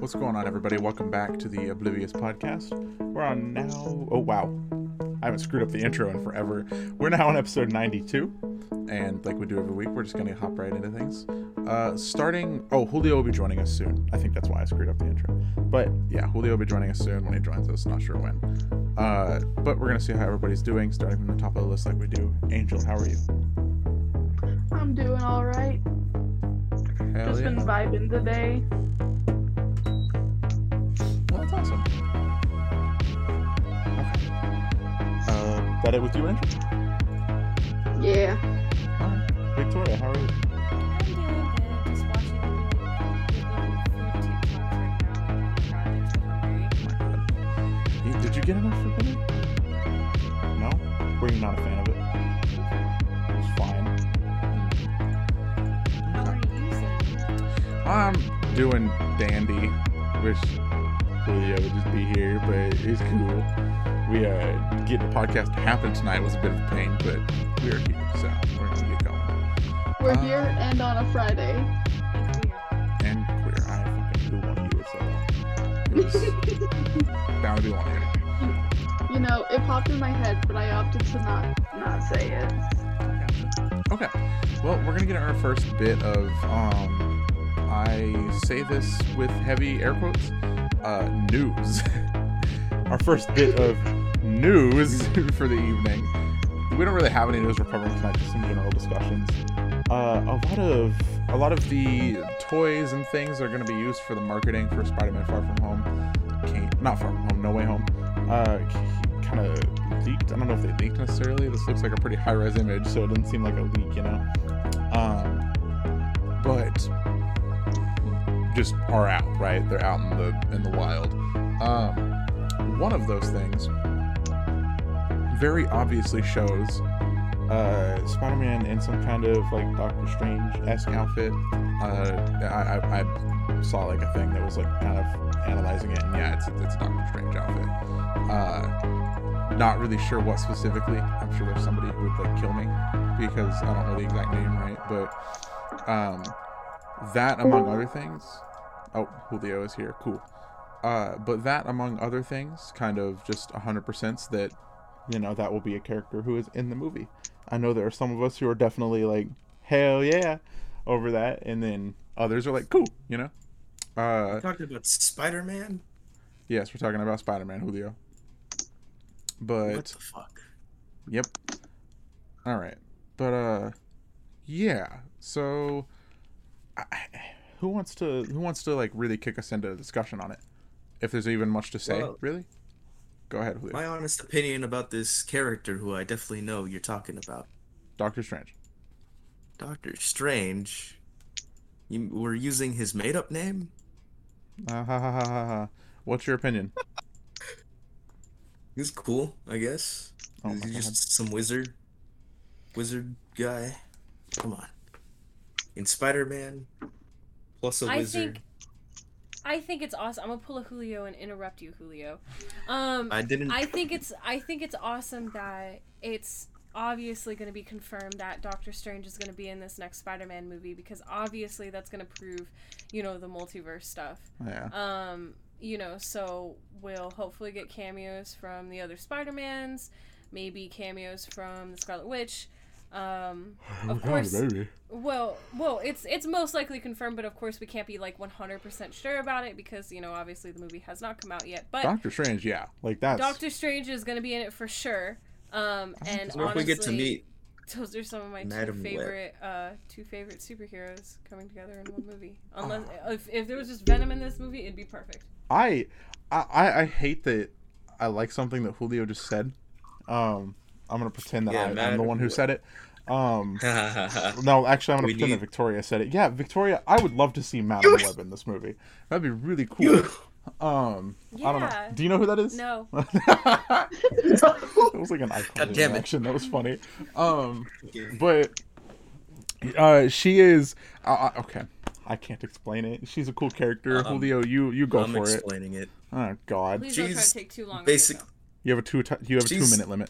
What's going on, everybody? Welcome back to the Oblivious Podcast. We're on now. Oh, wow. I haven't screwed up the intro in forever. We're now on episode 92. And like we do every week, we're just going to hop right into things. Uh, starting. Oh, Julio will be joining us soon. I think that's why I screwed up the intro. But yeah, Julio will be joining us soon when he joins us. Not sure when. Uh, but we're going to see how everybody's doing, starting from the top of the list like we do. Angel, how are you? I'm doing all right. Hell Just been vibing today. Well, that's awesome. Okay. Uh, that it with you, Andrew? Yeah. Victoria, how are you? I'm doing good. Just watching really good food TikToks right now. I'm so hungry. You- Did you get enough for dinner? No? Were you not a fan of it? It was fine. How are you saying? I'm doing dandy. Wish Julio would just be here, but it's cool. We uh getting the podcast to happen tonight was a bit of a pain, but we are here, so we're gonna get going. We're Uh, here and on a Friday. Like we are. And queer, I fucking who one of you or so. It was bound to be one of you. you know, it popped in my head, but I opted to not not say it. Gotcha. Okay. Well, we're gonna get our first bit of um, I say this with heavy air quotes, uh, news. our first bit of news for the evening. We don't really have any news we're covering tonight, just some general discussions. Uh, a lot of a lot of the toys and things are gonna be used for the marketing for Spider-Man Far From Home. Came, not Far From Home, No Way Home. Uh, kind of leaked. I don't know if they leaked necessarily. This looks like a pretty high res image, so it didn't seem like a leak, you know. Um, but just are out, right? They're out in the in the wild. Um, one of those things very obviously shows uh, Spider-Man in some kind of like Doctor Strange-esque outfit. Uh, I, I, I saw like a thing that was like kind of analyzing it, and yeah, it's it's a Doctor Strange outfit. Uh, not really sure what specifically. I'm sure there's somebody who would like kill me because I don't know the exact name right, but um, that among other things. Oh, Julio is here. Cool. Uh, but that among other things, kind of just 100% that you know that will be a character who is in the movie. I know there are some of us who are definitely like hell yeah over that, and then others are like cool, you know. Uh, talking about Spider-Man? yes, we're talking about Spider-Man, Julio. But What the fuck? Yep. All right. But uh yeah. So I, who wants to who wants to like really kick us into a discussion on it? If there's even much to say, Well- really? Go ahead, Julio. My honest opinion about this character, who I definitely know you're talking about, Doctor Strange. Doctor Strange. You were using his made-up name. Ah, ha, ha, ha, ha, ha. What's your opinion? He's cool, I guess. Oh my He's god. just some wizard, wizard guy. Come on. In Spider-Man, plus a I wizard. think I think it's awesome. I'm gonna pull a Julio and interrupt you, Julio. Um, I didn't. I think it's I think it's awesome that it's obviously going to be confirmed that Doctor Strange is going to be in this next Spider-Man movie because obviously that's going to prove, you know, the multiverse stuff. Yeah. Um, you know, so we'll hopefully get cameos from the other Spider-Mans, maybe cameos from the Scarlet Witch. Um, of course, well, well, it's it's most likely confirmed, but of course we can't be like 100% sure about it because, you know, obviously the movie has not come out yet. But Doctor Strange, yeah. Like that's Doctor Strange is going to be in it for sure. Um, and Or if honestly, we get to meet, those are some of my two Madam Web. favorite, uh, two favorite superheroes coming together in one movie. Oh. Unless if, if there was just Venom in this movie, it'd be perfect. I, I- I I hate that I like something that Julio just said. Um I'm going to pretend that Yeah, I, I'm the Madam one who Web. said it. Um No, actually, I'm gonna We pretend that need- Victoria said it. Yeah, Victoria, I would love to see Madame You- Web in this movie. That'd be really cool. Um, I don't know. Yeah. Do you know who that is? No. that was like an icon God damn it. action. That was funny. Um, but uh, she is uh, okay. I can't explain it. She's a cool character. Um, Julio, you you go I'm for it. explaining it. Oh God, Please don't try to She's take too long. on it, Basic. though. you have a two ti you have a two She's- minute limit.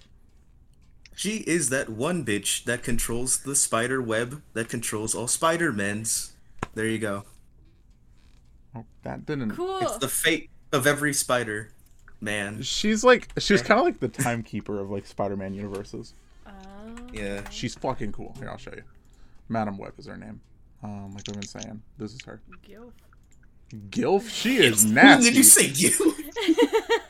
She is that one bitch that controls the spider web that controls all Spider Men's. There you go. Oh, that didn't. Cool. It's the fate of every Spider Man. She's like she's kind of like the timekeeper of like Spider-Man universes. Um, Yeah. She's fucking cool. Here, I'll show you. Madam Web is her name. Um, like I've been saying, this is her. Gilf. Gilf, she is nasty. Did you say you?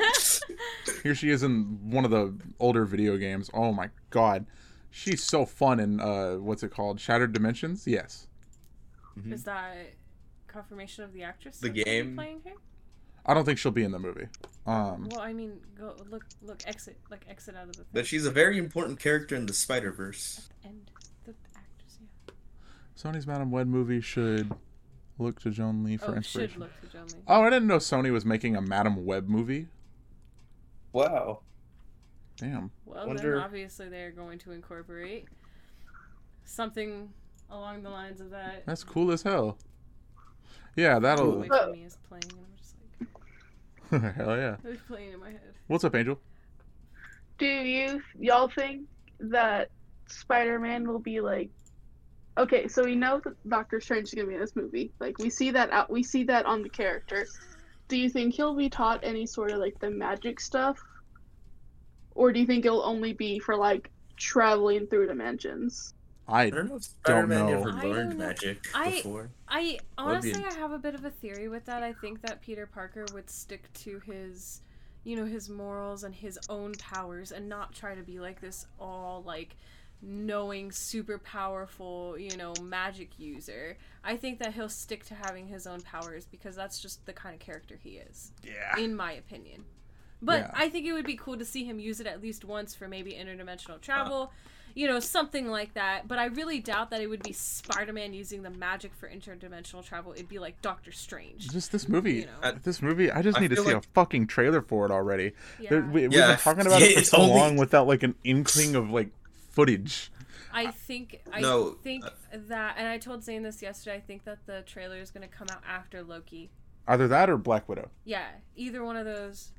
Here she is in one of the older video games. Oh my god, she's so fun in uh, what's it called? Shattered Dimensions. Yes. Is that confirmation of the actress? Mm-hmm. that's The gonna be game. playing her? I don't think she'll be in the movie. Um, Well, I mean, go look, look, exit, like exit out of the. But thing. she's a very important character in the Spider Verse. And the actress. Yeah. Sony's Madam Web movie should look to Joan Lee for Oh, should inspiration. look to John Lee. Oh, I didn't know Sony was making a Madam Web movie. Wow. Damn. Well, Wonder- then obviously they're going to incorporate something along the lines of that. That's cool as hell. Yeah, that'll. Away from me is playing, and I'm just like, hell yeah. it was playing in my head. What's up, Angel? Do you y'all think that Spider-Man will be like? Okay, so we know that Doctor Strange is gonna be in this movie. Like we see that out, we see that on the character. Do you think he'll be taught any sort of like the magic stuff, or do you think it'll only be for like traveling through dimensions? I I don't know if Spider Man know. ever I learned don't know. magic I- before. I Lesbian. honestly, I have a bit of a theory with that. I think that Peter Parker would stick to his, you know, his morals and his own powers, and not try to be like this all like knowing, super powerful, you know, magic user. I think that he'll stick to having his own powers because that's just the kind of character he is, Yeah. in my opinion. But Yeah. I think it would be cool to see him use it at least once for maybe interdimensional travel you know, something like that. But I really doubt that it would be Spider Man using the magic for interdimensional travel. It'd be like Doctor Strange. Just this movie. You know. This movie. I just I need to feel see like- a fucking trailer for it already. Yeah. There- we, Yeah, We've been talking about it for it's so only- long without like an inkling of like footage. I think I No, think uh, that and I told Zane this yesterday, I think that the trailer is gonna come out after Loki. Either that or Black Widow. Yeah. Either one of those.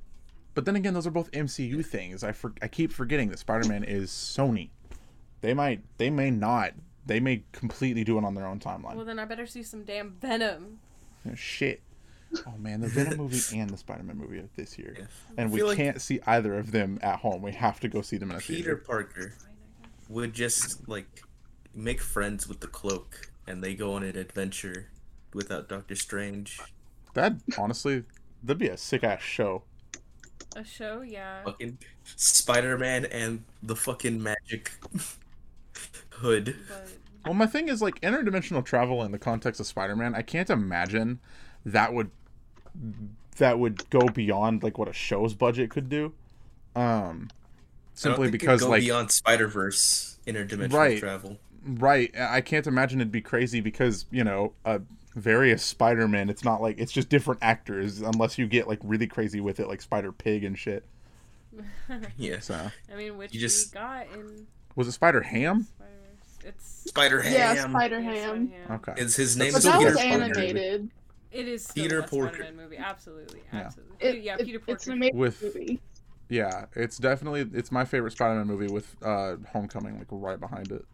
But then again, those are both MCU things. I for, I keep forgetting that Spider-Man is Sony. They might. They may not. They may completely do it on their own timeline. Well then I better see some damn Venom. Oh, shit. Oh man, the Venom movie and the Spider-Man movie are this year, Yeah. and I we feel like- can't see either of them at home. We have to go see them in a Peter theater. Parker would just like make friends with the cloak and they go on an adventure without Doctor Strange. That honestly, that'd be a sick ass show. A show, yeah. Fucking Spider Man and the fucking magic hood. But Well, my thing is like interdimensional travel in the context of Spider-Man. I can't imagine that would that would go beyond like what a show's budget could do. Um, simply I don't think it'd because go like beyond Spider Verse interdimensional Right. travel. right, I I can't imagine it'd be crazy because you know uh, various Spider-Man. It's not like it's just different actors unless you get like really crazy with it, like Spider Pig and shit. Yes. So I mean which You just- we got in was it Spider Ham? Spider Verse. It's Spider Yeah, Ham Spider it's Ham. Spider-Ham. Okay. is his name. But But Is still that Peter was Peter Parker. animated. It is still Peter a Porker. Spider-Man movie, absolutely, Yeah. absolutely. It- yeah, it- Peter Porker. It's an amazing With- movie. Yeah, it's definitely it's my favorite Spider-Man movie with uh Homecoming like right behind it.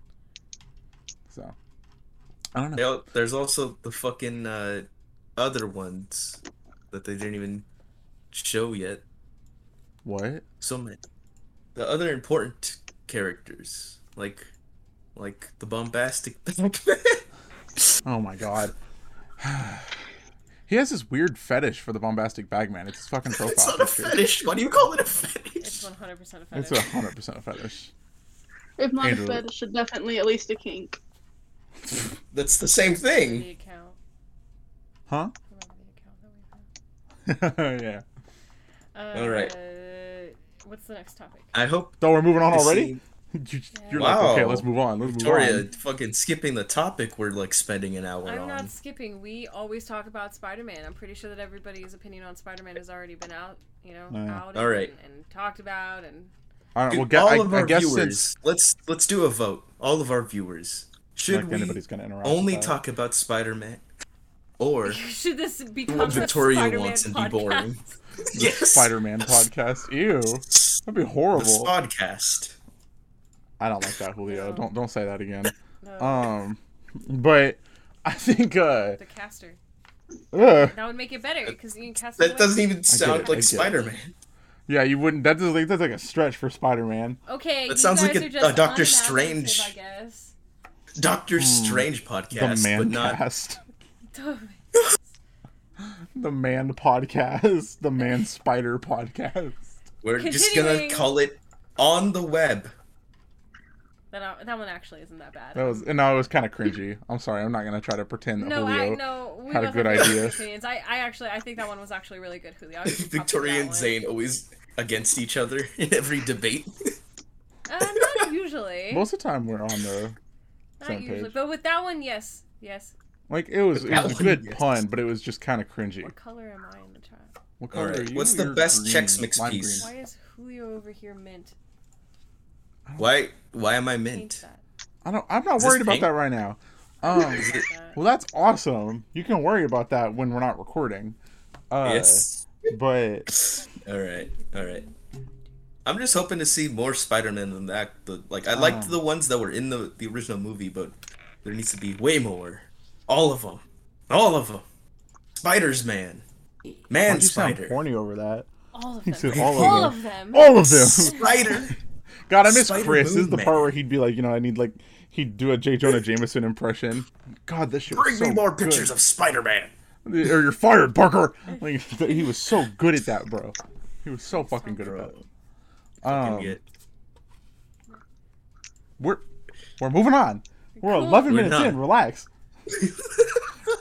So I don't know. They al- There's also the fucking uh, other ones that they didn't even show yet. What? So many. The other important characters, like, like the bombastic Batman. Oh my god. he has this weird fetish for the bombastic bagman. It's his fucking it's profile not a picture. fetish. Why do you call it a It's fetish? one hundred percent a It's fetish. a hundred percent a fetish. If not Andrew. a fetish, it's definitely at least a kink. That's the same Remember the thing. account. Huh? Remember the account that we have. yeah. Uh, All right. What's the next topic? I hope. So we're moving on to already. see You, are Wow. like, okay, let's move on. Let's move Victoria on. fucking skipping the topic we're like spending an hour I'm on. not skipping. We always talk about Spider-Man. I'm pretty sure that everybody's opinion on Spider-Man has already been out, you know, Oh, yeah. out All right. and, and talked about. And All right. Dude, Well, get, all I, of I our guess viewers, since let's let's do a vote. All of our viewers, should like, we anybody's gonna interact. with only that. talk about Spider-Man, or should this become what Victoria a Spider-Man wants and podcast? be boring? the Spider-Man podcast. Ew, that'd be The horrible. podcast. I don't like that, Julio. No. Don't don't say that again. No, Um, but I think uh, the caster. ugh. That would make it better because you can cast. it That away. doesn't even it, sound I like get it. Spider Man. yeah, you wouldn't. That's like that's like a stretch for Spider-Man. Okay, That you sounds guys like a- are just a Dr. unimaginative, Strange. I guess. Doctor Strange podcast, Hmm. the but man not cast, the man podcast, the man spider podcast. We're just gonna Continuing. call it on the web. that, that one actually isn't that bad. That was and no, it was kind of cringy. I'm sorry. I'm not gonna try to pretend that no, Julio. I no. We had a both good have different idea. opinions. I, I actually, I think that one was actually really good, Julio. I would just pop Victoria that and one. Zane always against each other in every debate. Uh, not usually. Most of the time we're on the not same usually. page. But with that one, yes, yes. like it was it That was a one, good yes. pun, but it was just kind of cringy. What color am I in the chat? What All color right, are you? what's the You're best green, Chex Mix lime piece? green. Why is Julio over here mint? Why? Why am I Change mint? that. I don't. I'm not Is this worried about pink? that right now. Um, Is it- well, that's awesome. You can worry about that when we're not recording. Uh, Yes. But All right. All right. I'm just hoping to see more Spider-Man than that. The, like I liked Oh. the ones that were in the the original movie, but there needs to be way more. All of them. All of them. Spider's man. why'd Man you sound spider. horny over that? All of He them. said Oh. all all of them. of them. All of them. Spider. God, I miss Spider Chris. This is the Moon part Man. where he'd be like, you know, I need like he'd do a J. Jonah Jameson impression. God, this shit. was Bring me so more good. pictures of Spider-Man. Or you're fired, Parker. Like he was so good at that, bro. He was so fucking good at Bro. that. Um, Idiot. we're we're moving on. We're Cool. 11 We're minutes not. in. Relax.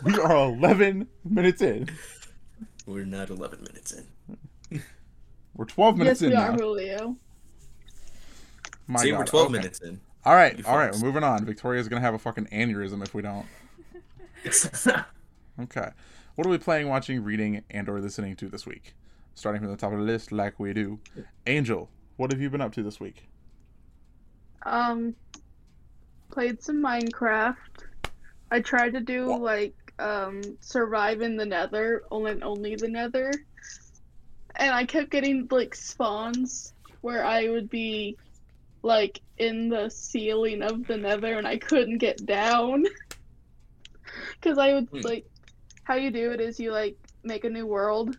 we are 11 minutes in. We're not 11 minutes in. We're 12 minutes yes, we in are, now. Julio. My See, God. we're 12 okay. minutes in. All right, You all right, fucks. we're moving on. Victoria's gonna have a fucking aneurysm if we don't. Okay, what are we playing, watching, reading, and/or listening to this week? Starting from the top of the list, like we do. Angel, what have you been up to this week? Um, played some Minecraft. I tried to do Wha- like um survive in the Nether, only only the Nether, and I kept getting like spawns where I would be like in the ceiling of the Nether and I couldn't get down because I would Hmm. like how you do it is you like make a new world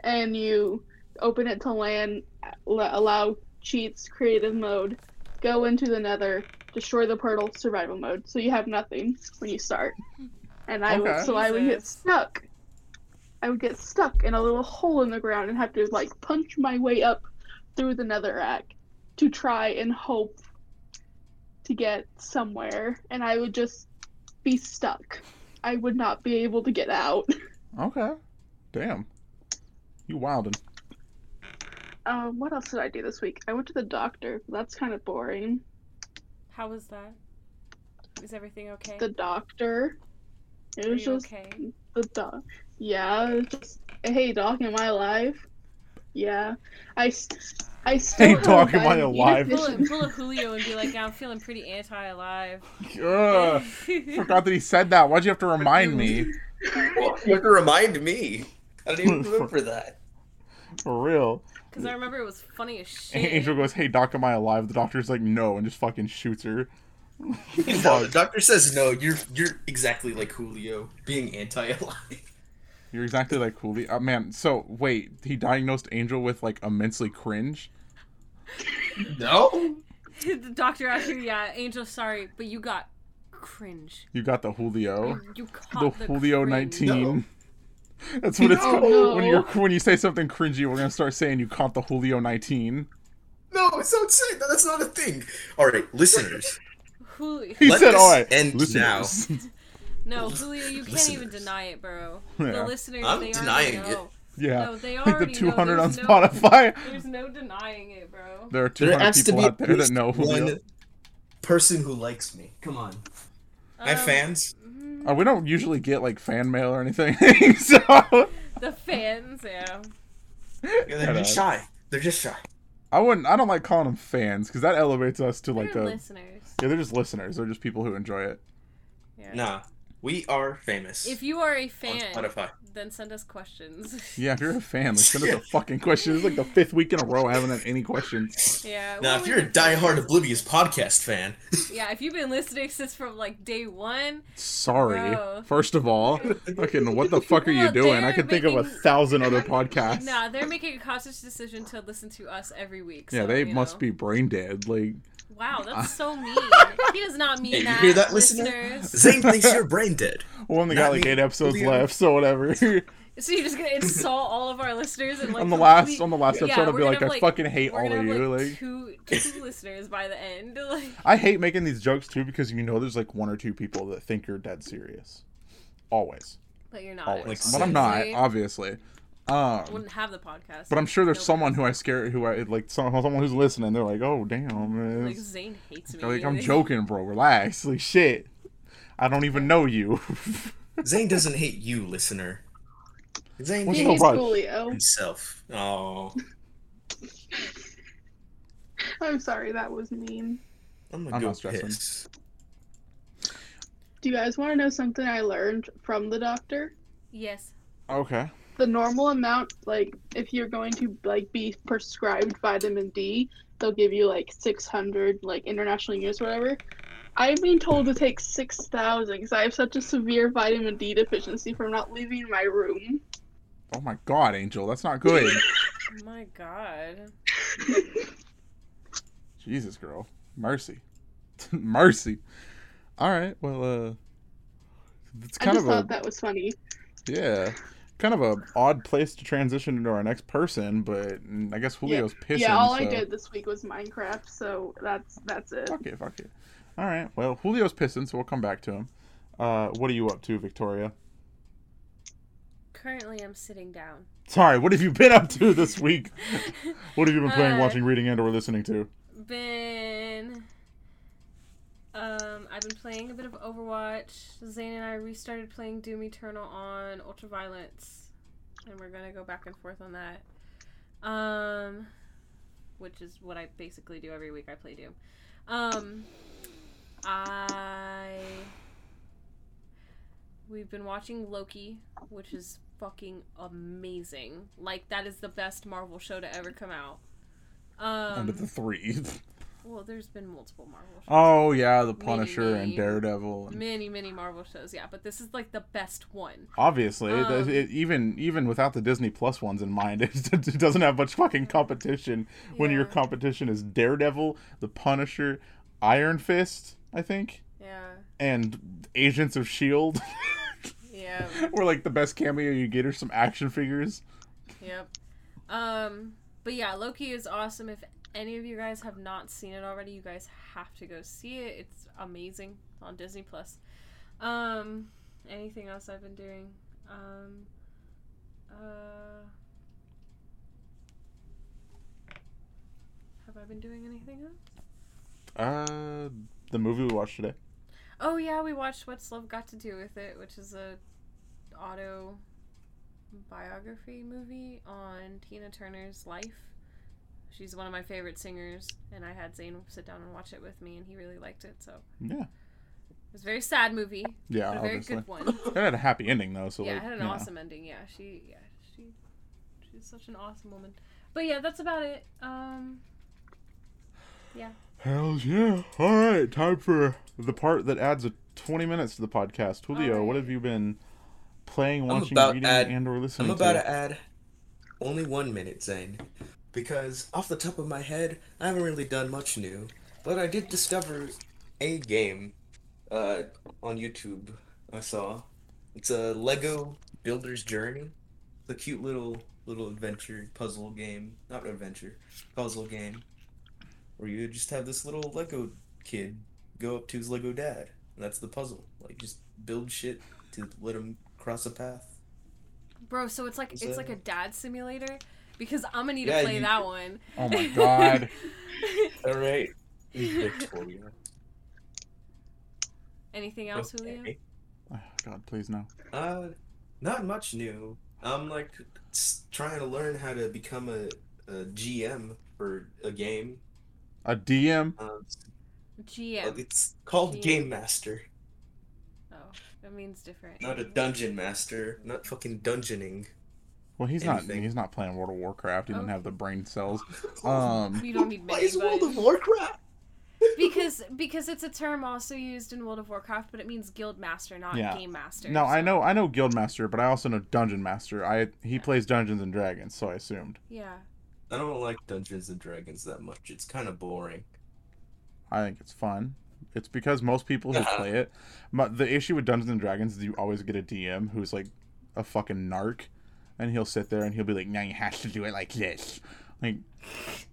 and you open it to land, l- allow cheats, creative mode, go into the nether, destroy the portal, survival mode. So you have nothing when you start. And I Okay. would, so I would get Jesus. stuck. I would get stuck in a little hole in the ground and have to like punch my way up through the netherrack to try and hope to get somewhere. And I would just be stuck. I would not be able to get out. Okay, damn, you wildin'. Um, what else did I do this week? I went to the doctor. That's kind of boring. How was that? Is everything okay? The doctor. It Are was you just okay? the doc. Yeah, it was just hey, doc, am I alive? Yeah, I, s- I still. Hey, have doc, am I diabetes alive? Pull a, issues. pull a Julio and be like, yeah, I'm feeling pretty anti-alive. Ugh, forgot that he said that. Why'd you have to remind me? Well, you have to remind me. I don't even remember that. For real. Because I remember it was funny as shit. Angel goes, "Hey, doc, am I alive?" The doctor's like, "No," and just fucking shoots her. No, the doctor says no. You're you're exactly like Julio, being anti-alive. You're exactly like Cooley. Uh, man, so wait, he diagnosed Angel with like immensely cringe. No. the doctor actually, yeah, Angel, sorry, but you got cringe. You got the Julio, You, you the caught the, Julio cringe. nineteen. That's what it's called. No. when you're when you say something cringy. We're gonna start saying you caught the Julio nineteen. No, it's not saying that. That's not a thing. All right, listeners. Julio. He Let said, this "All right, end listeners." No, Julio, you can't even Listeners. deny it, bro. Yeah. The listeners, I'm they already denying it. know. yeah, No, they like the already know. 200 on There's no- Spotify. There's no denying it, bro. There are 200 people out there that know Julio. one person who likes me. Come on, I have Um, fans. mm, Uh, we don't usually get like fan mail or anything, so The fans, yeah. Yeah, they're Shut just shy. They're just shy. I wouldn't. I don't like calling them fans because that elevates us to like They're a. listeners. Yeah, they're just listeners. They're just people who enjoy it. Yeah. Nah, We are famous. If you are a on fan, Spotify. then send us questions. Yeah, if you're a fan, like send us a fucking question. It's like the fifth week in a row I haven't had any questions. yeah. Now, well, if we you're a can tell diehard you. Oblivious podcast fan, yeah, if you've been listening since from like day one, Sorry. Bro. First of all, fucking what the fuck are you Well, doing? I they're can think of a making- thousand other podcasts. nah, they're making a conscious decision to listen to us every week. yeah, so, they you must know. be brain dead. Like, Wow, that's so mean. he does not mean Hey, you that. hear that, listener? listeners. Zane thinks you're brain dead. we only Not got like me. eight episodes Leave. left, so whatever. So you're just gonna insult all of our listeners and like on the last complete- on the last Yeah, episode, I'll we're be gonna like, I have, like- fucking hate we're all gonna of have, you. like, like, two two listeners by the end. Like, I hate making these jokes too because you know there's like one or two people that think you're dead serious. Always. but you're not. Always. Like, but I'm not, seriously? obviously. Um, Wouldn't have the podcast. but I'm sure there's Nobody. someone who I scare, who I like, some, someone who's listening. They're like, oh, damn. Like it's- Zane hates me. They're like, I'm joking, bro. Relax. Like, shit. I don't even know you. Zane doesn't hate you, listener. Zane What's He no hates hates rush? Coolio. himself. Oh, I'm sorry, that was mean. I'm I'm gonna go not stressing. piss. Do you guys want to know something I learned from the doctor? Yes. okay. The normal amount, like if you're going to like be prescribed vitamin D, they'll give you like 600 like international units, or whatever. I've been told to take 6,000 because I have such a severe vitamin D deficiency from not leaving my room. Oh my God, Angel. That's not good. Oh my god. Jesus, girl. Mercy. Mercy. All right. Well, uh, it's I kind just of a thought that was funny. yeah, kind of a odd place to transition into our next person, but mm, I guess Julio's pissing. yeah, all I so- did this week was Minecraft, so that's that's it. Fuck it. Fuck it. All right. Well, Julio's pissing, so we'll come back to him. Uh, what are you up to, Victoria? Currently, I'm sitting down. Sorry, what have you been up to this week? What have you been playing, Uh, watching, reading, and/or listening to? been. Um, I've been playing a bit of Overwatch. Zane and I restarted playing Doom Eternal on Ultraviolence, and we're gonna go back and forth on that. Um, which is what I basically do every week. I play Doom. Um, I we've been watching Loki, which is fucking amazing. Like that is the best Marvel show to ever come out. Um, Under the three. well, there's been multiple Marvel shows. Oh yeah, the Punisher and Mini. Daredevil. And Many, many Marvel shows, yeah, but this is like the best one. obviously, it- Um, it- even even without the Disney Plus ones in mind, it, it doesn't have much fucking competition. When your Yeah. competition is Daredevil, the Punisher, Iron Fist, I think, Yeah, and Agents of Shield, yeah, where like the best cameo you get are some action figures. yep. Um, but yeah, Loki is awesome. If any of you guys have not seen it already, you guys have to go see it. It's amazing It's on Disney Plus. Um, anything else I've been doing? Um, uh, have I been doing anything else? Uh, the movie we watched today. Oh yeah, we watched What's Love Got to Do with It, which is a auto biography movie on Tina Turner's life. She's one of my favorite singers, and I had Zane sit down and watch it with me, and he really liked it. So it Yeah, was a very sad movie, yeah, but a very obviously. good one. It had a happy ending though, so yeah, like, it had an you know. awesome ending. Yeah, she, yeah, she, she's such an awesome woman. But yeah, that's about it. Um, Hells yeah. All right, time for the part that adds a 20 minutes to the podcast. Julio, All what right. have you been playing, watching, about reading, add- and or I'm listening about to? to add only one minute, Zane, because off the top of my head, I haven't really done much new, but I did discover a game uh, on YouTube I saw. It's a Lego Builder's Journey. It's a cute little little adventure puzzle game, not adventure, puzzle game, where you just have this little Lego kid go up to his Lego dad, and that's the puzzle. Like just build shit to let him cross a path. bro, so it's like it's like a dad simulator because I'm gonna need Yeah, to play you- that one. Oh my god. All right. Victoria. Anything else, Julio? Okay. Oh, god, please no. Uh, not much new. I'm like s- trying to learn how to become a, a GM for a game. A DM? Um, GM. It's called GM. Game Master. Oh, it It means different. Not a dungeon master. Not fucking dungeoning. Well, he's Anything. not. He's not playing World of Warcraft. He didn't Oh. have the brain cells. Um, You don't need Why is World of many, Warcraft? because because it's a term also used in World of Warcraft, but it means guild master, not Yeah. game master. no, I so- know. I know Guildmaster, but I also know Dungeon Master. I he plays Dungeons and Dragons, so I assumed. Yeah, I don't like Dungeons and Dragons that much. It's kind of boring. I think it's fun. It's because most people who play it, my, the issue with Dungeons and Dragons is you always get a DM who's like a fucking narc, and he'll sit there and he'll be like, "Now you have to do it like this." Like,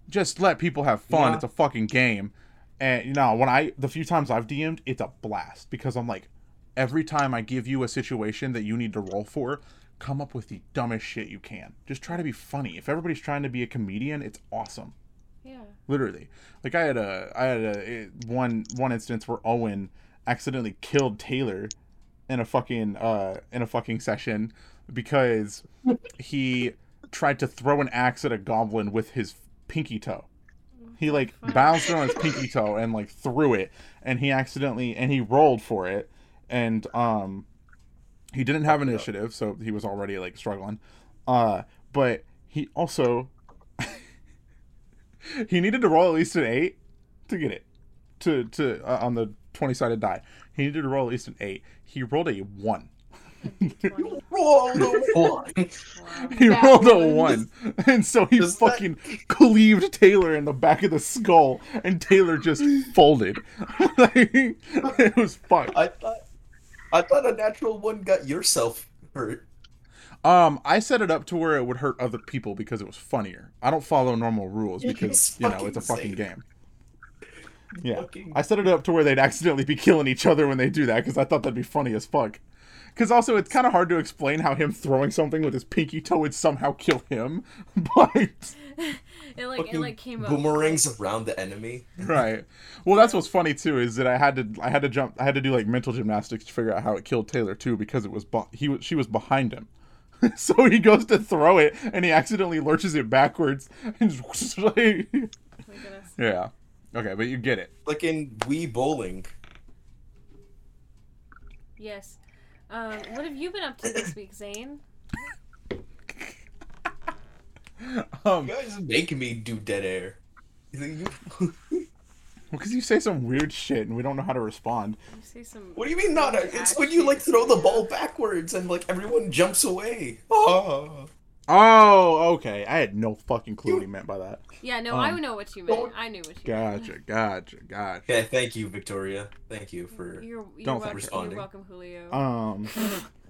just let people have fun. Yeah. It's a fucking game. And you know, when I the few times I've DM'd, it's a blast because I'm like, every time I give you a situation that you need to roll for, come up with the dumbest shit you can. Just try to be funny. If everybody's trying to be a comedian, it's awesome yeah. literally like i had a i had a it- one one instance where owen accidentally killed taylor in a fucking uh in a fucking session because he tried to throw an axe at a goblin with his pinky toe he like Fuck. bounced on his pinky toe and like threw it and he accidentally and he rolled for it and um he didn't have initiative so he was already like struggling uh but he also he needed to roll at least an eight to get it to to uh, on the 20 sided die he needed to roll at least an eight he rolled a one Twenty. Wow. he That rolled a was- one and so he Does that- fucking cleaved taylor in the back of the skull and taylor just folded Like, it was fucked I thought, I thought a natural one got yourself hurt. um i set it up to where it would hurt other people because it was funnier i don't follow normal rules It's because you know fucking it's a fucking insane. game yeah Fucking- I set it up to where they'd accidentally be killing each other when they do that because I thought that'd be funny as fuck. Because also, it's kind of hard to explain how him throwing something with his pinky toe would somehow kill him. But, It like it fucking like came up. Oh boomerangs around the enemy. right. Well, that's what's funny too is that I had to I had to jump I had to do like mental gymnastics to figure out how it killed Taylor too because it was bu- he was she was behind him. so he goes to throw it and he accidentally lurches it backwards and just Oh my goodness. yeah. Okay, but you get it. Like in Wii Bowling. Yes. Um, what have you been up to this week, Zane? Um, You guys make me do dead air. You- because you say some weird shit and we don't know how to respond. You say some. what do you mean not? A, it's when you like throw the ball backwards and like everyone jumps away. Oh. Oh, okay. I had no fucking clue what he meant by that. Yeah, no, I Um, know what you meant. don't- I knew what you meant. Gotcha, gotcha, gotcha. Okay, thank you, Victoria. Thank you You're, for you're Don't welcome, responding. You're welcome, Julio. Um,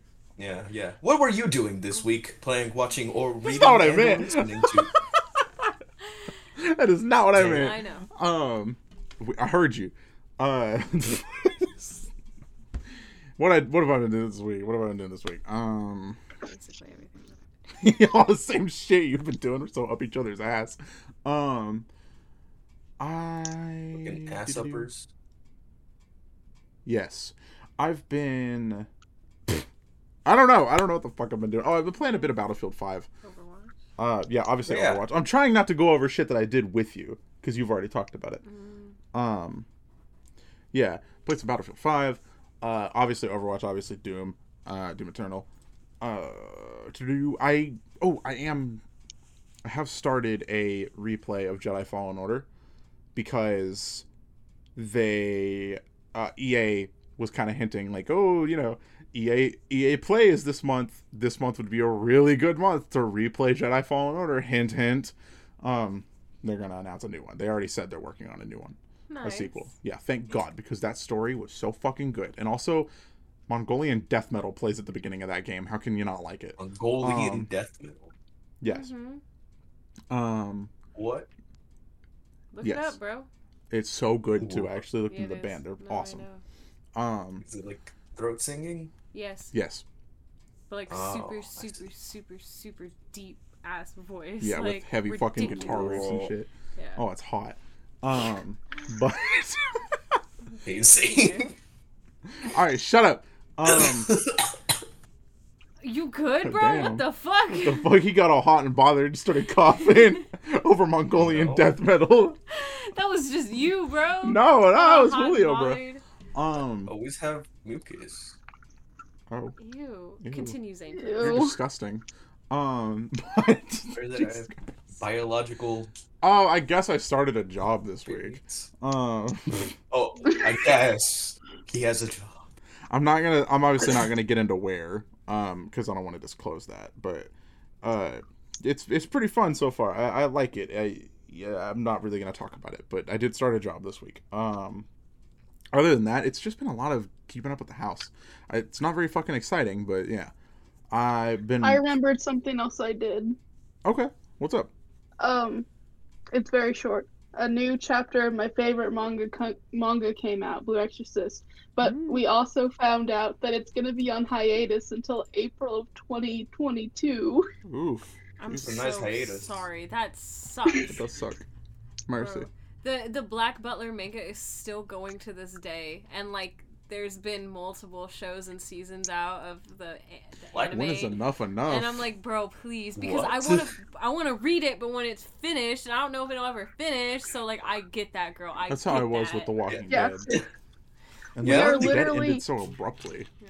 yeah, yeah. What were you doing this week? Playing, watching, or reading? not what I and meant. listening to? that is not what I I meant. know. Um, we- I heard you. Uh, what I what have I been doing this week? What have I been doing this week? Um, Basically everything. all the same shit you've been doing. We're so up each other's ass. Um, I Fucking ass uppers. Yes. I've been. I don't know. I don't know what the fuck I've been doing. Oh, I've been playing a bit of Battlefield 5. Overwatch. Uh, yeah, obviously Yeah. Overwatch. I'm trying not to go over shit that I did with you because you've already talked about it. Mm, Um, yeah, played some Battlefield Five. Uh, obviously Overwatch. Obviously Doom. Uh, Doom Eternal. Uh, to do I oh I am. I have started a replay of Jedi Fallen Order because they uh, EA was kind of hinting like oh you know EA EA plays this month this month would be a really good month to replay Jedi Fallen Order hint hint um they're gonna announce a new one they already said they're working on a new one nice. a sequel. Yeah, thank God because that story was so fucking good. And also, Mongolian death metal plays at the beginning of that game. How can you not like it? Mongolian Um, death metal. Yes. hmm Um, What? Look it Yes. up, bro. it's so good too. I Cool. actually looked Yeah, into it the is. band. They're No, I awesome. know. Um, Is it like throat singing? Yes. yes. But like Oh, I super, see. super, super, super deep ass voice. Yeah, like, with heavy fucking guitar ridiculous. riffs and shit. Yeah. Oh, it's hot. Um, but Hey, sing. all right, shut up. Um, You good, Oh, bro? damn. What the fuck? the fuck, he got all hot and bothered and started coughing over Mongolian No. death metal. that was just you, bro. No, no, Oh, it was hot Julio, bro. Oh. bothered. Um, Always have mucus. Oh, Ew. Ew. Continue, Zane. please. you're Ew. disgusting. Um, but Or is that Jesus a biological oh, I guess I started a job this week. experience? Um, Oh, I guess he has a job. I'm not gonna. I'm obviously not gonna get into where, um, because I don't want to disclose that. But, uh, it's it's pretty fun so far. I, I like it. I yeah, I'm not really gonna talk about it, but I did start a job this week. Um, other than that, it's just been a lot of keeping up with the house. I, it's not very fucking exciting, but yeah, I've been. I remembered something else I did. okay, what's up? Um, it's very short. A new chapter of my favorite manga co- manga came out, Blue Exorcist. But Mm. we also found out that it's going to be on hiatus until April of 2022. Oof, I'm It's so a nice hiatus. sorry. That sucks. it does suck. bro. Mercy. The the Black Butler manga is still going to this day, and like there's been multiple shows and seasons out of the, the Like, anime. When is enough enough? and I'm like, bro, please, because I What? want to, I want to read it, but when it's finished, and I don't know if it'll ever finish. So like, I get that, girl. I that's how I get was that. with The Walking Yeah. Dead. And Yeah. yeah, We that, are literally- ended so abruptly. Yeah.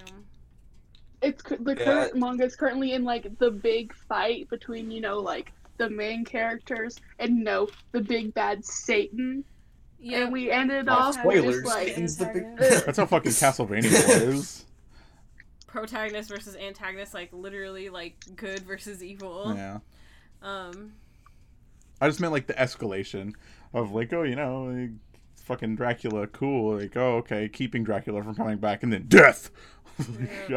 It's cu- the Yeah. current manga is currently in like the big fight between you know like the main characters and no the big bad Satan. Yeah, And we ended Oh, off with just Spoilers. like Satan's the big- Ugh. That's how fucking Castlevania was. protagonist versus antagonist, like literally, like good versus evil. Yeah. Um, I just meant like the escalation of like, oh, you know, like, fucking Dracula, cool. Like, oh, okay, keeping Dracula from coming back, and then death. Yeah.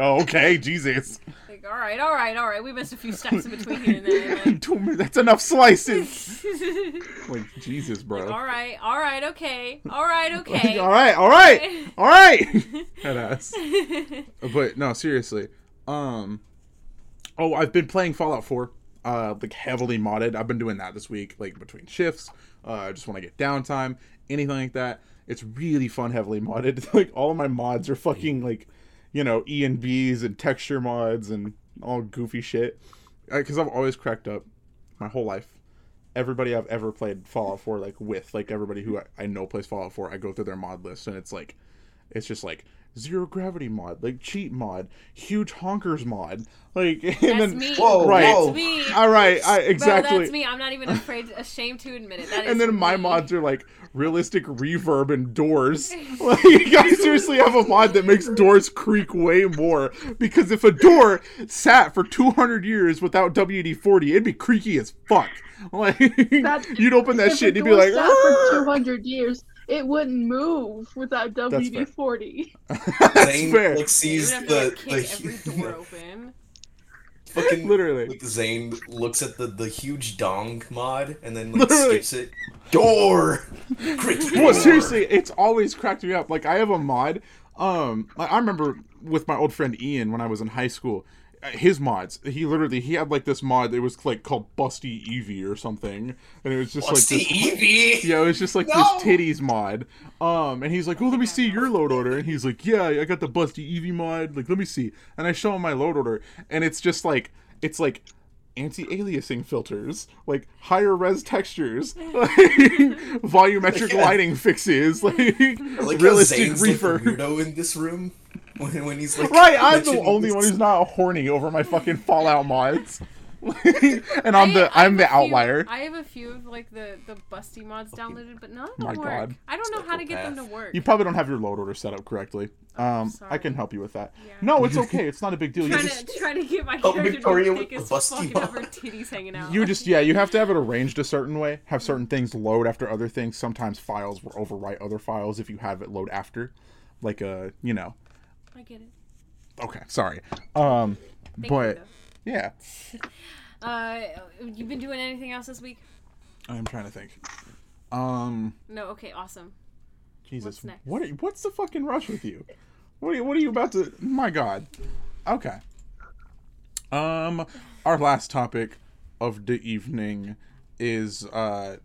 oh, okay, Jesus. like all right, all right, all right. We missed a few steps in between here and there. Like, Two mi- That's enough slices. like, like, Jesus, bro. all right, all right, okay, all right, Like, okay. all right, all right, all right. Badass. but no, seriously. Um Oh, I've been playing Fallout 4. Uh like heavily modded. I've been doing that this week, like between shifts. Uh just when I get downtime, anything like that. It's really fun heavily modded. like all my mods are fucking like, you know, E and B's and texture mods and all goofy shit. Because I've always cracked up my whole life. Everybody I've ever played Fallout 4 like with, like everybody who I, I know plays Fallout 4, I go through their mod list and it's like it's just like zero gravity mod, like cheat mod, huge honkers mod, like and That's then me. Whoa, Right. That's whoa. me. Oh, all right, I, Bro, exactly. that's me. I'm not even afraid, ashamed to admit it. That is and then my me. mods are like realistic reverb and doors. Like I seriously have a mod that makes doors creak way more because if a door sat for 200 years without WD-40, it'd be creaky as fuck. Like That's- you'd open that If shit and it you'd be like, "Ah!" was sat for "Arr!" 200 years, it wouldn't move without WD-40. that's Zane, fair. Like sees Even after I the, kick every door the open. fucking Literally. Like Zane looks at the, the huge dong mod and then like Literally. skips it. Door. Well, seriously, it's always cracked me up. Like I have a mod. Um, I I remember with my old friend Ian when I was in high school. uh, His mods. He literally he had like this mod that was like called Busty Evie or something, and it was just What's like the E this Eevee? yeah, it was just like No! this titties mod. Um, and he's like, "Oh, let me see your load order." And he's like, "Yeah, I got the busty Eevee mod. Like, let me see." And I show him my load order, and it's just like, it's like anti-aliasing filters, like higher res textures, like volumetric Yeah. lighting fixes, like, Like how realistic Zane's like, the reefer. weirdo in this room when, when he's like Right, I'm the mentioning only this- one who's not horny over my fucking Fallout mods, and I'm I- the I have I'm a the few- outlier. I have a few of like the the busty mods downloaded, but none of them Oh My work. God. I don't know how to get them to Psychopath. work. You probably don't have your load order set up correctly. Um, I sorry. can help you with that. Yeah. No, it's okay. It's not a big deal. You trying just, to trying to get my Oh, character Victoria to with be thick as the busty fuck and have her mod. titties hanging out. you just, yeah, you have to have it arranged a certain way. Have certain things load after other things. Sometimes files will overwrite other files if you have it load after, like a, you know. I get it. Okay, sorry. Um, Thank but you. yeah, though. Uh, you've been doing anything else this week? I'm trying to think. Um, No. Okay. Awesome. Jesus, What's next? what? Are, what's the fucking rush with you? What are you, what are you about to? My God. Okay. Um, our last topic of the evening is uh,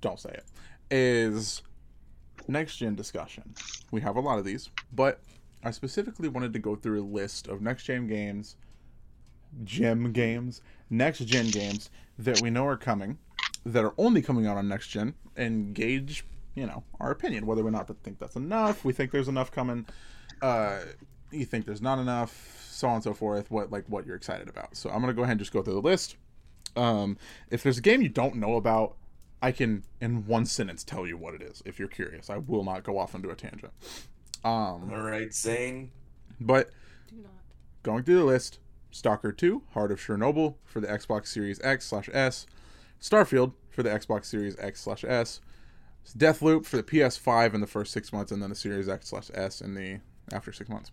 don't say it. Is next gen discussion. We have a lot of these, but I specifically wanted to go through a list of next gen games, gem games, next gen games that we know are coming, that are only coming out on next gen, and gauge, you know, our opinion whether or not we think that's enough. We think there's enough coming. Uh, you think there's not enough, so on and so forth. What like what you're excited about. So I'm gonna go ahead and just go through the list. Um, if there's a game you don't know about, I can in one sentence tell you what it is if you're curious. I will not go off into a tangent. Um, All right, Zane. but Do not. Going through the list: Stalker 2, Heart of Chernobyl for the Xbox Series X slash S, Starfield for the Xbox Series X slash S, Deathloop for the PS5 in the first six months, and then the Series X slash S in the after six months.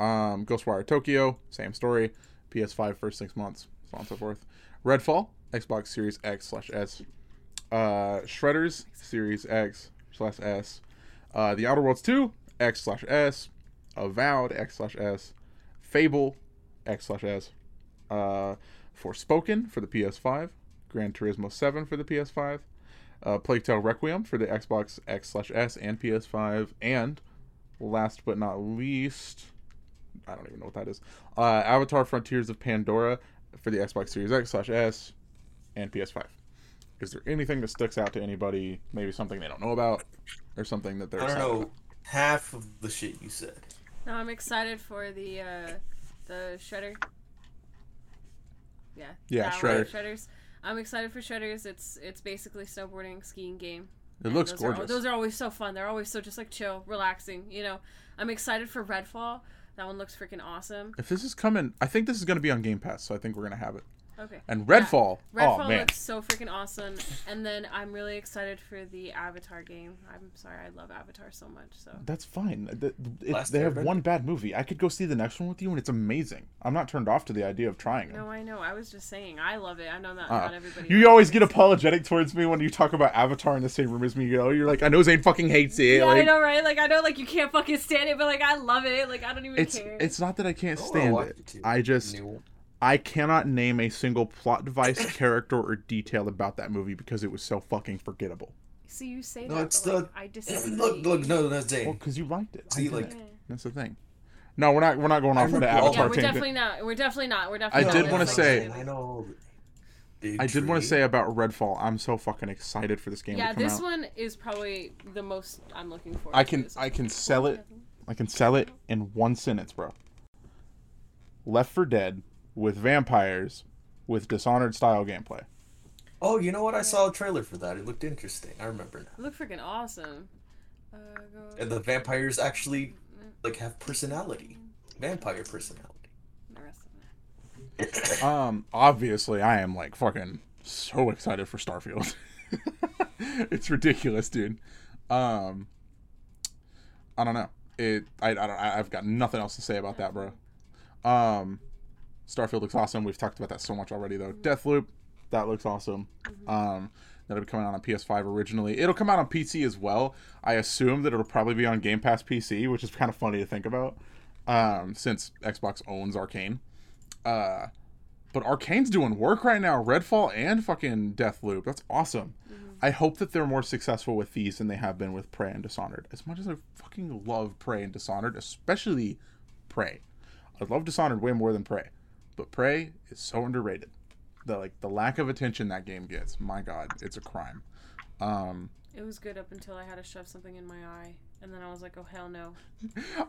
Um, Ghostwire Tokyo, same story, PS5 first six months, so on and so forth. Redfall, Xbox Series X slash S, uh, Shredders Series X slash S, uh, The Outer Worlds 2 X slash S, Avowed X slash S, Fable X slash S, uh, Forspoken for the PS5, Gran Turismo 7 for the PS5, uh, Plague Tale Requiem for the Xbox X slash S and PS5, and last but not least, I don't even know what that is, uh, Avatar Frontiers of Pandora for the Xbox Series X slash S and PS5. Is there anything that sticks out to anybody? Maybe something they don't know about, or something that they're I don't excited know about? half of the shit you said. No, I'm excited for the uh, the shredder. Yeah. Yeah, that one, Shredder. Shredders. I'm excited for shredders. It's it's basically snowboarding skiing game. It And looks those gorgeous. Are, those are always so fun. They're always so just like chill, relaxing. You know, I'm excited for Redfall. That one looks freaking awesome. If this is coming, I think this is going to be on Game Pass, so I think we're going to have it. Okay. And Yeah. Redfall. Redfall oh man, looks so freaking awesome. And then I'm really excited for the Avatar game. I'm sorry, I love Avatar so much. So that's fine. Th- it- Last they have Airbender. one bad movie. I could go see the next one with you, and it's amazing. I'm not turned off to the idea of trying it. no, I know. I was just saying, I love it. I know that Uh, not everybody. you loves always it. get apologetic towards me when you talk about Avatar in the same room as me. You know, you're like, I know Zane fucking hates it. Yeah, I like, know, right? Like I know, like you can't fucking stand it, but like I love it. Like I don't even it's care. it's not that I can't Oh, I wanna stand watch it. too. I just New. I cannot name a single plot device, character, or detail about that movie because it was so fucking forgettable. See, you say No, that, it's but, like, the- I disagree. look, look, no, no, Well, Zane. because you liked it. I Eh. See, didn't. like, That's the thing. No, we're not. We're not going I off on the remember all- Avatar yeah, we're tangent. definitely not. We're definitely not. We're I definitely. did not. wanna That's say- not- I know. Big I did want to tree. say about Redfall. I'm so fucking excited for this game Yeah, to come this out. one is probably the most I'm looking for. I can I can sell it. I can sell it in one sentence, bro. Left for Dead with vampires with Dishonored style gameplay. Oh, you know what? I saw a trailer for that. It looked interesting. I remember now. Look freaking awesome. Uh, go- And the vampires actually like have personality, vampire personality. the rest of it. Um, obviously, I am like fucking so excited for Starfield. it's ridiculous, dude. Um, I don't know. It. I. I don't. I- I've got nothing else to say about that, bro. Um, Starfield looks awesome. We've talked about that so much already, though. Deathloop, that looks awesome. Um, that'll be coming out on PS5 originally. It'll come out on PC as well. I assume that it'll probably be on Game Pass PC, which is kind of funny to think about, um, since Xbox owns Arcane. Uh, but Arcane's doing work right now. Redfall and fucking Deathloop. That's awesome. Mm-hmm. I hope that they're more successful with these than they have been with Prey and Dishonored. As much as I fucking love Prey and Dishonored, especially Prey. I love Dishonored way more than Prey. But Prey is so underrated. The like the lack of attention that game gets. My god, it's a crime. Um It was good up until I had to shove something in my eye, and then I was like, "Oh hell no!"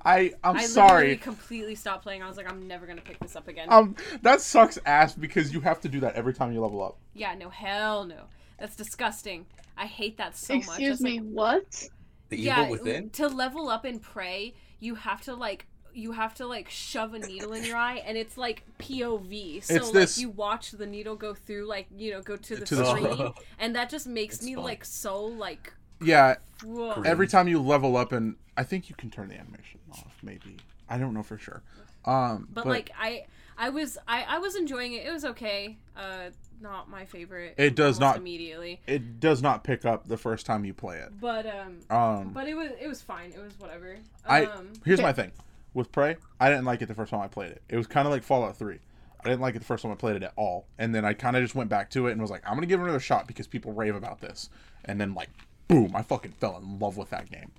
I I'm I literally sorry. completely stopped playing. I was like, "I'm never gonna pick this up again." Um that sucks ass because you have to do that every time you level up. Yeah, no, hell no. That's disgusting. I hate that so much. Excuse That's, like, me, what? The yeah, evil within. to level up and pray, you have to like you have to like shove a needle in your eye, and it's like POV. So It's like this- you watch the needle go through, like you know, go to the To the screen, screen. and that just makes It's me fun. like so like. Yeah, Whoa. Correct. every time you level up and i think you can turn the animation off maybe i don't know for sure um But, like I, I was I I was enjoying it. It was okay. Uh, not my favorite. It does almost not- immediately. it does not pick up the first time you play it But um, um but it was it was fine. It was whatever. Um, i here's my thing with prey i didn't like it the first time i played it it was kind of like fallout 3 i didn't like it the first time i played it at all and then i kind of just went back to it and was like i'm gonna give it another shot because people rave about this and then like boom i fucking fell in love with that game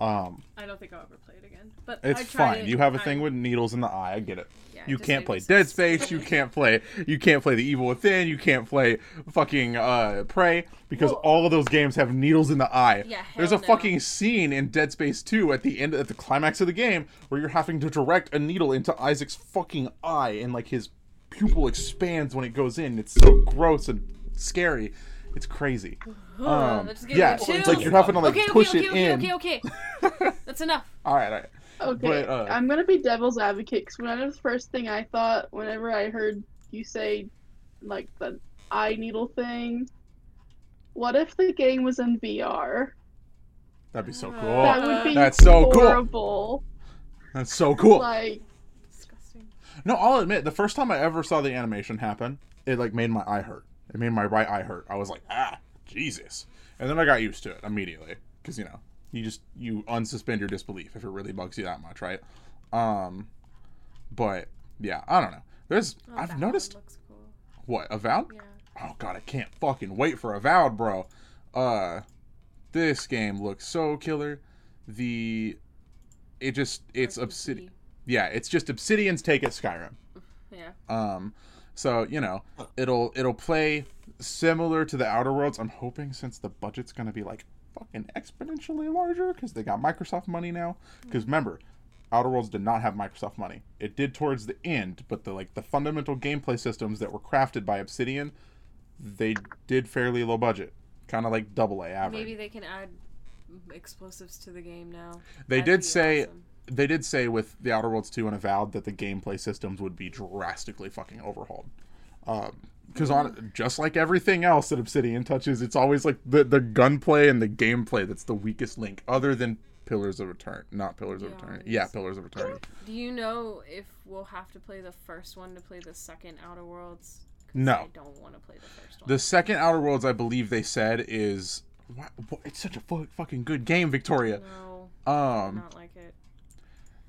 Um, I don't think I'll ever play it again. But it's I tried fine. it. You have a I- thing with needles in the eye. I get it. yeah, You just can't made play me Dead so Space. sad. You can't play. You can't play The Evil Within. You can't play fucking uh, Prey because Well- all of those games have needles in the eye. Yeah, There's a hell no. fucking scene in Dead Space 2 at the end, at the climax of the game, where you're having to direct a needle into Isaac's fucking eye, and like his pupil expands when it goes in. It's so gross and scary. It's crazy. Ugh, Um, that just gave me yeah, the it's chills. like you're having to like okay, okay, push okay, it okay, in. okay, okay, That's enough. All right, all right. Okay, But, uh, I'm gonna be devil's advocate because one of the first thing I thought whenever I heard you say, like the eye needle thing, what if the game was in VR? That'd be so Uh, cool. that would be Oh, That's so cool. horrible. That's so cool. Like, Disgusting. No, I'll admit, the first time I ever saw the animation happen, it like made my eye hurt. It made my right eye hurt. I was like, ah, Jesus. And then I got used to it immediately because you know you just you unsuspend your disbelief if it really bugs you that much, right? Um, but yeah, I don't know. There's Oh, that I've one noticed Looks cool. what avowed. Yeah. Oh god, I can't fucking wait for avowed, bro. Uh, this game looks so killer. The it just it's obsidian. RPG. Yeah, it's just Obsidian's take at Skyrim. Yeah. Um, so you know, it'll it'll play similar to the Outer Worlds. I'm hoping since the budget's gonna be like fucking exponentially larger because they got Microsoft money now. Because remember, Outer Worlds did not have Microsoft money. It did towards the end, but the like the fundamental gameplay systems that were crafted by Obsidian, they did fairly low budget, kind of like double A average. Maybe they can add explosives to the game now. They That'd did be say awesome. they did say with the Outer Worlds 2 and Avowed that the gameplay systems would be drastically fucking overhauled. Because Mm-hmm. on just like everything else that Obsidian touches, it's always like the the gunplay and the gameplay that's the weakest link, other than Pillars of Return. Not Pillars of Yeah, Return. it Yeah, is. Pillars of Return. Do you know if we'll have to play the first one to play the second Outer Worlds? 'Cause No. I don't want to play the first one. The second Outer Worlds, I believe they said, is wha- wha- it's such a fu- fucking good game, Victoria. No, Um, not like it.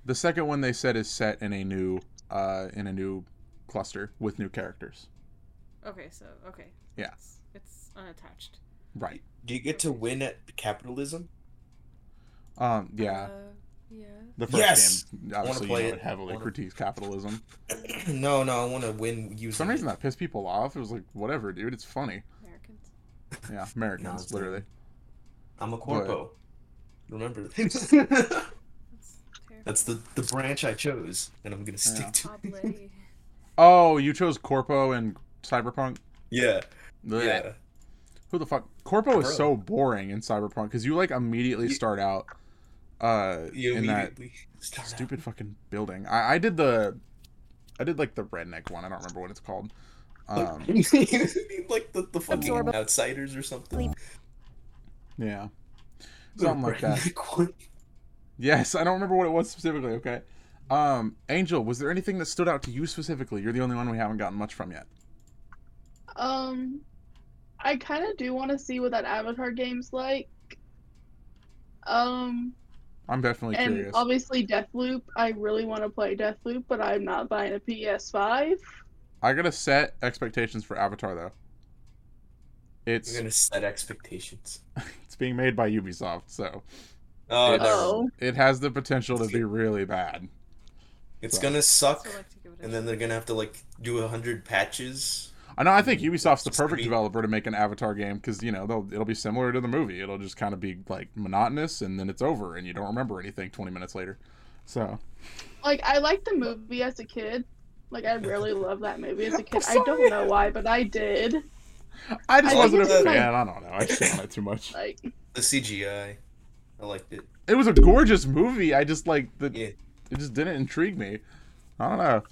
the second one they said is set in a new uh in a new cluster with new characters. Okay, so okay. Yeah. It's, it's unattached. Right. Do you get to win at capitalism? Um. Yeah. Uh, yeah. The first Yes! game, obviously, you play know, it. it heavily Wanna- critiques capitalism. no, no, I want to win using For some reason, it. that pissed people off. It was like, whatever, dude. It's funny. Americans. Yeah, Americans, it's not. literally. I'm a But- corpo. Remember, That's that's the the branch I chose, and I'm gonna stick Yeah. to. it. terrifying. Oh, you chose Corpo and Cyberpunk. Yeah, Blech. yeah. Who the fuck? Corpo Bro. is so boring in Cyberpunk because you like immediately You- start out, uh, You in that immediately start out. stupid fucking building. I, I did the, I did like the redneck one. I don't remember what it's called. Um, like the, the fucking Absorb- outsiders or something. yeah, something like that. that. Yes, I don't remember what it was specifically. Okay, um, Angel, was there anything that stood out to you specifically? You're the only one we haven't gotten much from yet. um, I kind of do want to see what that Avatar game's like. Um, I'm definitely and curious. obviously Deathloop. I really want to play Deathloop, but I'm not buying a PS5. I gotta set expectations for Avatar though. It's You're gonna set expectations. it's being made by Ubisoft, so Oh, It's- no. Oh. it has the potential to be really bad. it's gonna suck, So I like to give it a and then they're gonna have to like do a hundred patches. I know. I think Ubisoft's the Mm-hmm. It's gonna perfect be- developer to make an Avatar game because you know they'll, it'll be similar to the movie. It'll just kind of be like monotonous, and then it's over, and you don't remember anything 20 minutes later. So Like I liked the movie as a kid. Like I really loved that movie as a kid. I don't know why, but I did. I just I wasn't a think it's like- fan. I don't know. I just didn't want it too much. Like The CGI, I liked it. It was a gorgeous movie. I just like the Yeah. it just didn't intrigue me. I don't know.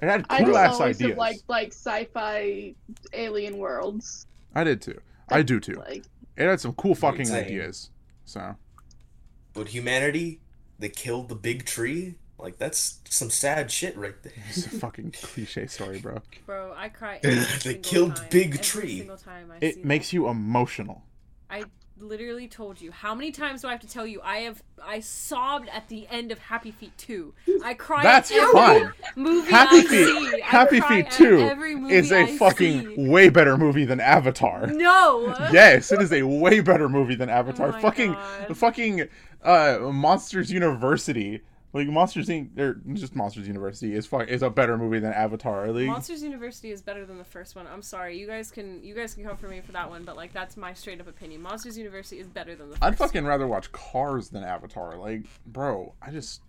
It had I cool just ass always ideas. have liked like sci-fi alien worlds. I did too. I do too. Like It had some cool fucking Insane. ideas. So But humanity, they killed the big tree. Like that's some sad shit right it's a there. fucking cliche story, bro. Bro, I cry. They every single killed time. Big Every Tree. Single time I see It makes you emotional. I literally told you. How many times do I have to tell you? I have I sobbed at the end of Happy Feet 2. I cried That's at every fine. movie Happy I Feet- see. I Happy cry Feet at 2 every movie is a I fucking see. way better movie than Avatar. No. Yes, it is a way better movie than Avatar. Oh my fucking God. fucking uh Monsters University. Like Monsters Inc. or just Monsters University is fuck is a better movie than Avatar. Like Monsters University is better than the first one. I'm sorry. You guys can you guys can come for me for that one, but like that's my straight up opinion. Monsters University is better than the 1st I'd fucking rather watch Cars than Avatar. Like, bro, I just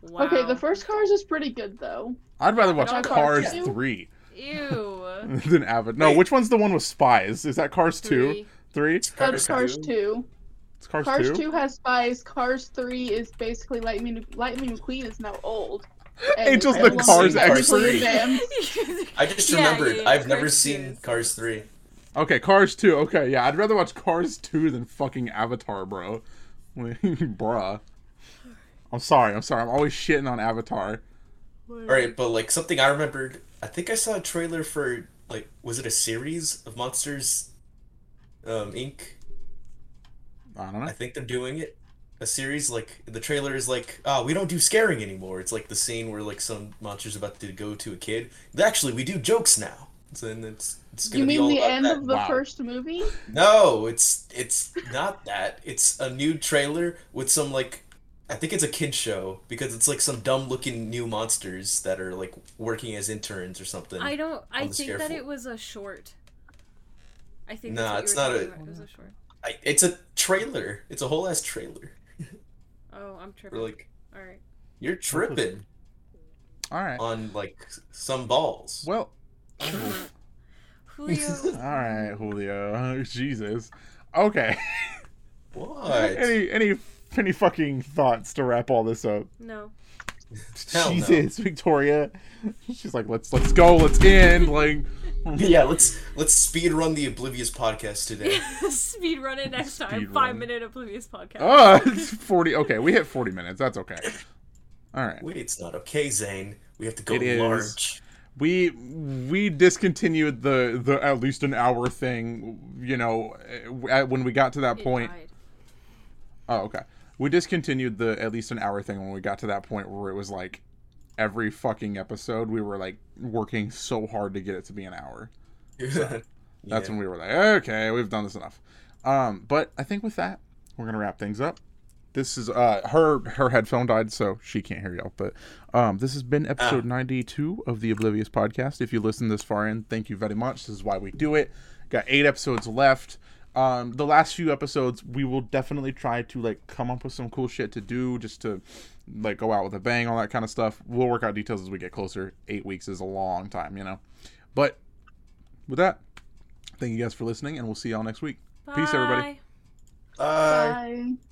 Wow. Okay, the first Cars is pretty good though. I'd rather watch Not Cars Cars two. three Ew. than Avatar. No, Wait. which one's the one with spies? Is that Cars two, Three. three? That's Cars Two. It's Cars, Cars two. Two has spies. Cars Three is basically Lightning. Lightning McQueen is now old. and Angel's is the no longer Cars advanced expert. with them. I just Yeah, remembered. yeah, yeah, I've never Cars seen two. Cars 3. Okay, Cars two. Okay, yeah, I'd rather watch Cars two than fucking Avatar, bro. Like, Bruh. I'm sorry. I'm sorry. I'm always shitting on Avatar. Alright, but like something I remembered, I think I saw a trailer for, like, was it a series of Monsters um, Inc.? I don't know. I think they're doing it. A series like the trailer is like, oh, we don't do scaring anymore. It's like the scene where like some monster's about to go to a kid. Actually, we do jokes now. So then it's it's gonna You be mean all the about end that. of the Wow. first movie? No, it's it's not that. It's a new trailer with some like I think it's a kid show because it's like some dumb looking new monsters that are like working as interns or something. I don't. I on the think scare that floor. it was a short. I think. Nah, that's it's what not you a- were talking about. It was a short. I- it's a trailer. It's a whole ass trailer. Oh, I'm We're tripping. like All right. you're tripping All right. on like some balls. Well, all Julio. right, Julio. Jesus. Okay. What? any any any fucking thoughts to wrap all this up? no. Hell no. Jesus, Victoria. She's like, let's let's go, let's end. Like, Yeah, let's let's speed run the Oblivious podcast today. Speed run it next time. Speed Five run. minute oblivious podcast. uh, it's forty. Okay, we hit forty minutes. That's okay. All right, Wait, it's not okay, Zane. We have to go It is. large. we we discontinued the the at least an hour thing. You know, eh, when we got to that It point. died. Oh, okay. We discontinued the at least an hour thing when we got to that point where it was like every fucking episode we were like working so hard to get it to be an hour. Uh, That's Yeah. when we were like, okay, we've done this enough. Um, but I think with that, we're gonna wrap things up. This is uh her her headphone died, so she can't hear y'all. But um, this has been episode ninety two of the Oblivious podcast. If you listened this far in, thank you very much. This is why we do it. Got eight episodes left. Um, the last few episodes, we will definitely try to like come up with some cool shit to do, just to like go out with a bang, all that kind of stuff. We'll work out details as we get closer. Eight weeks is a long time, you know. But with that, Thank you guys for listening, and we'll see y'all next week. Peace, everybody. Bye. Uh, Bye. Bye.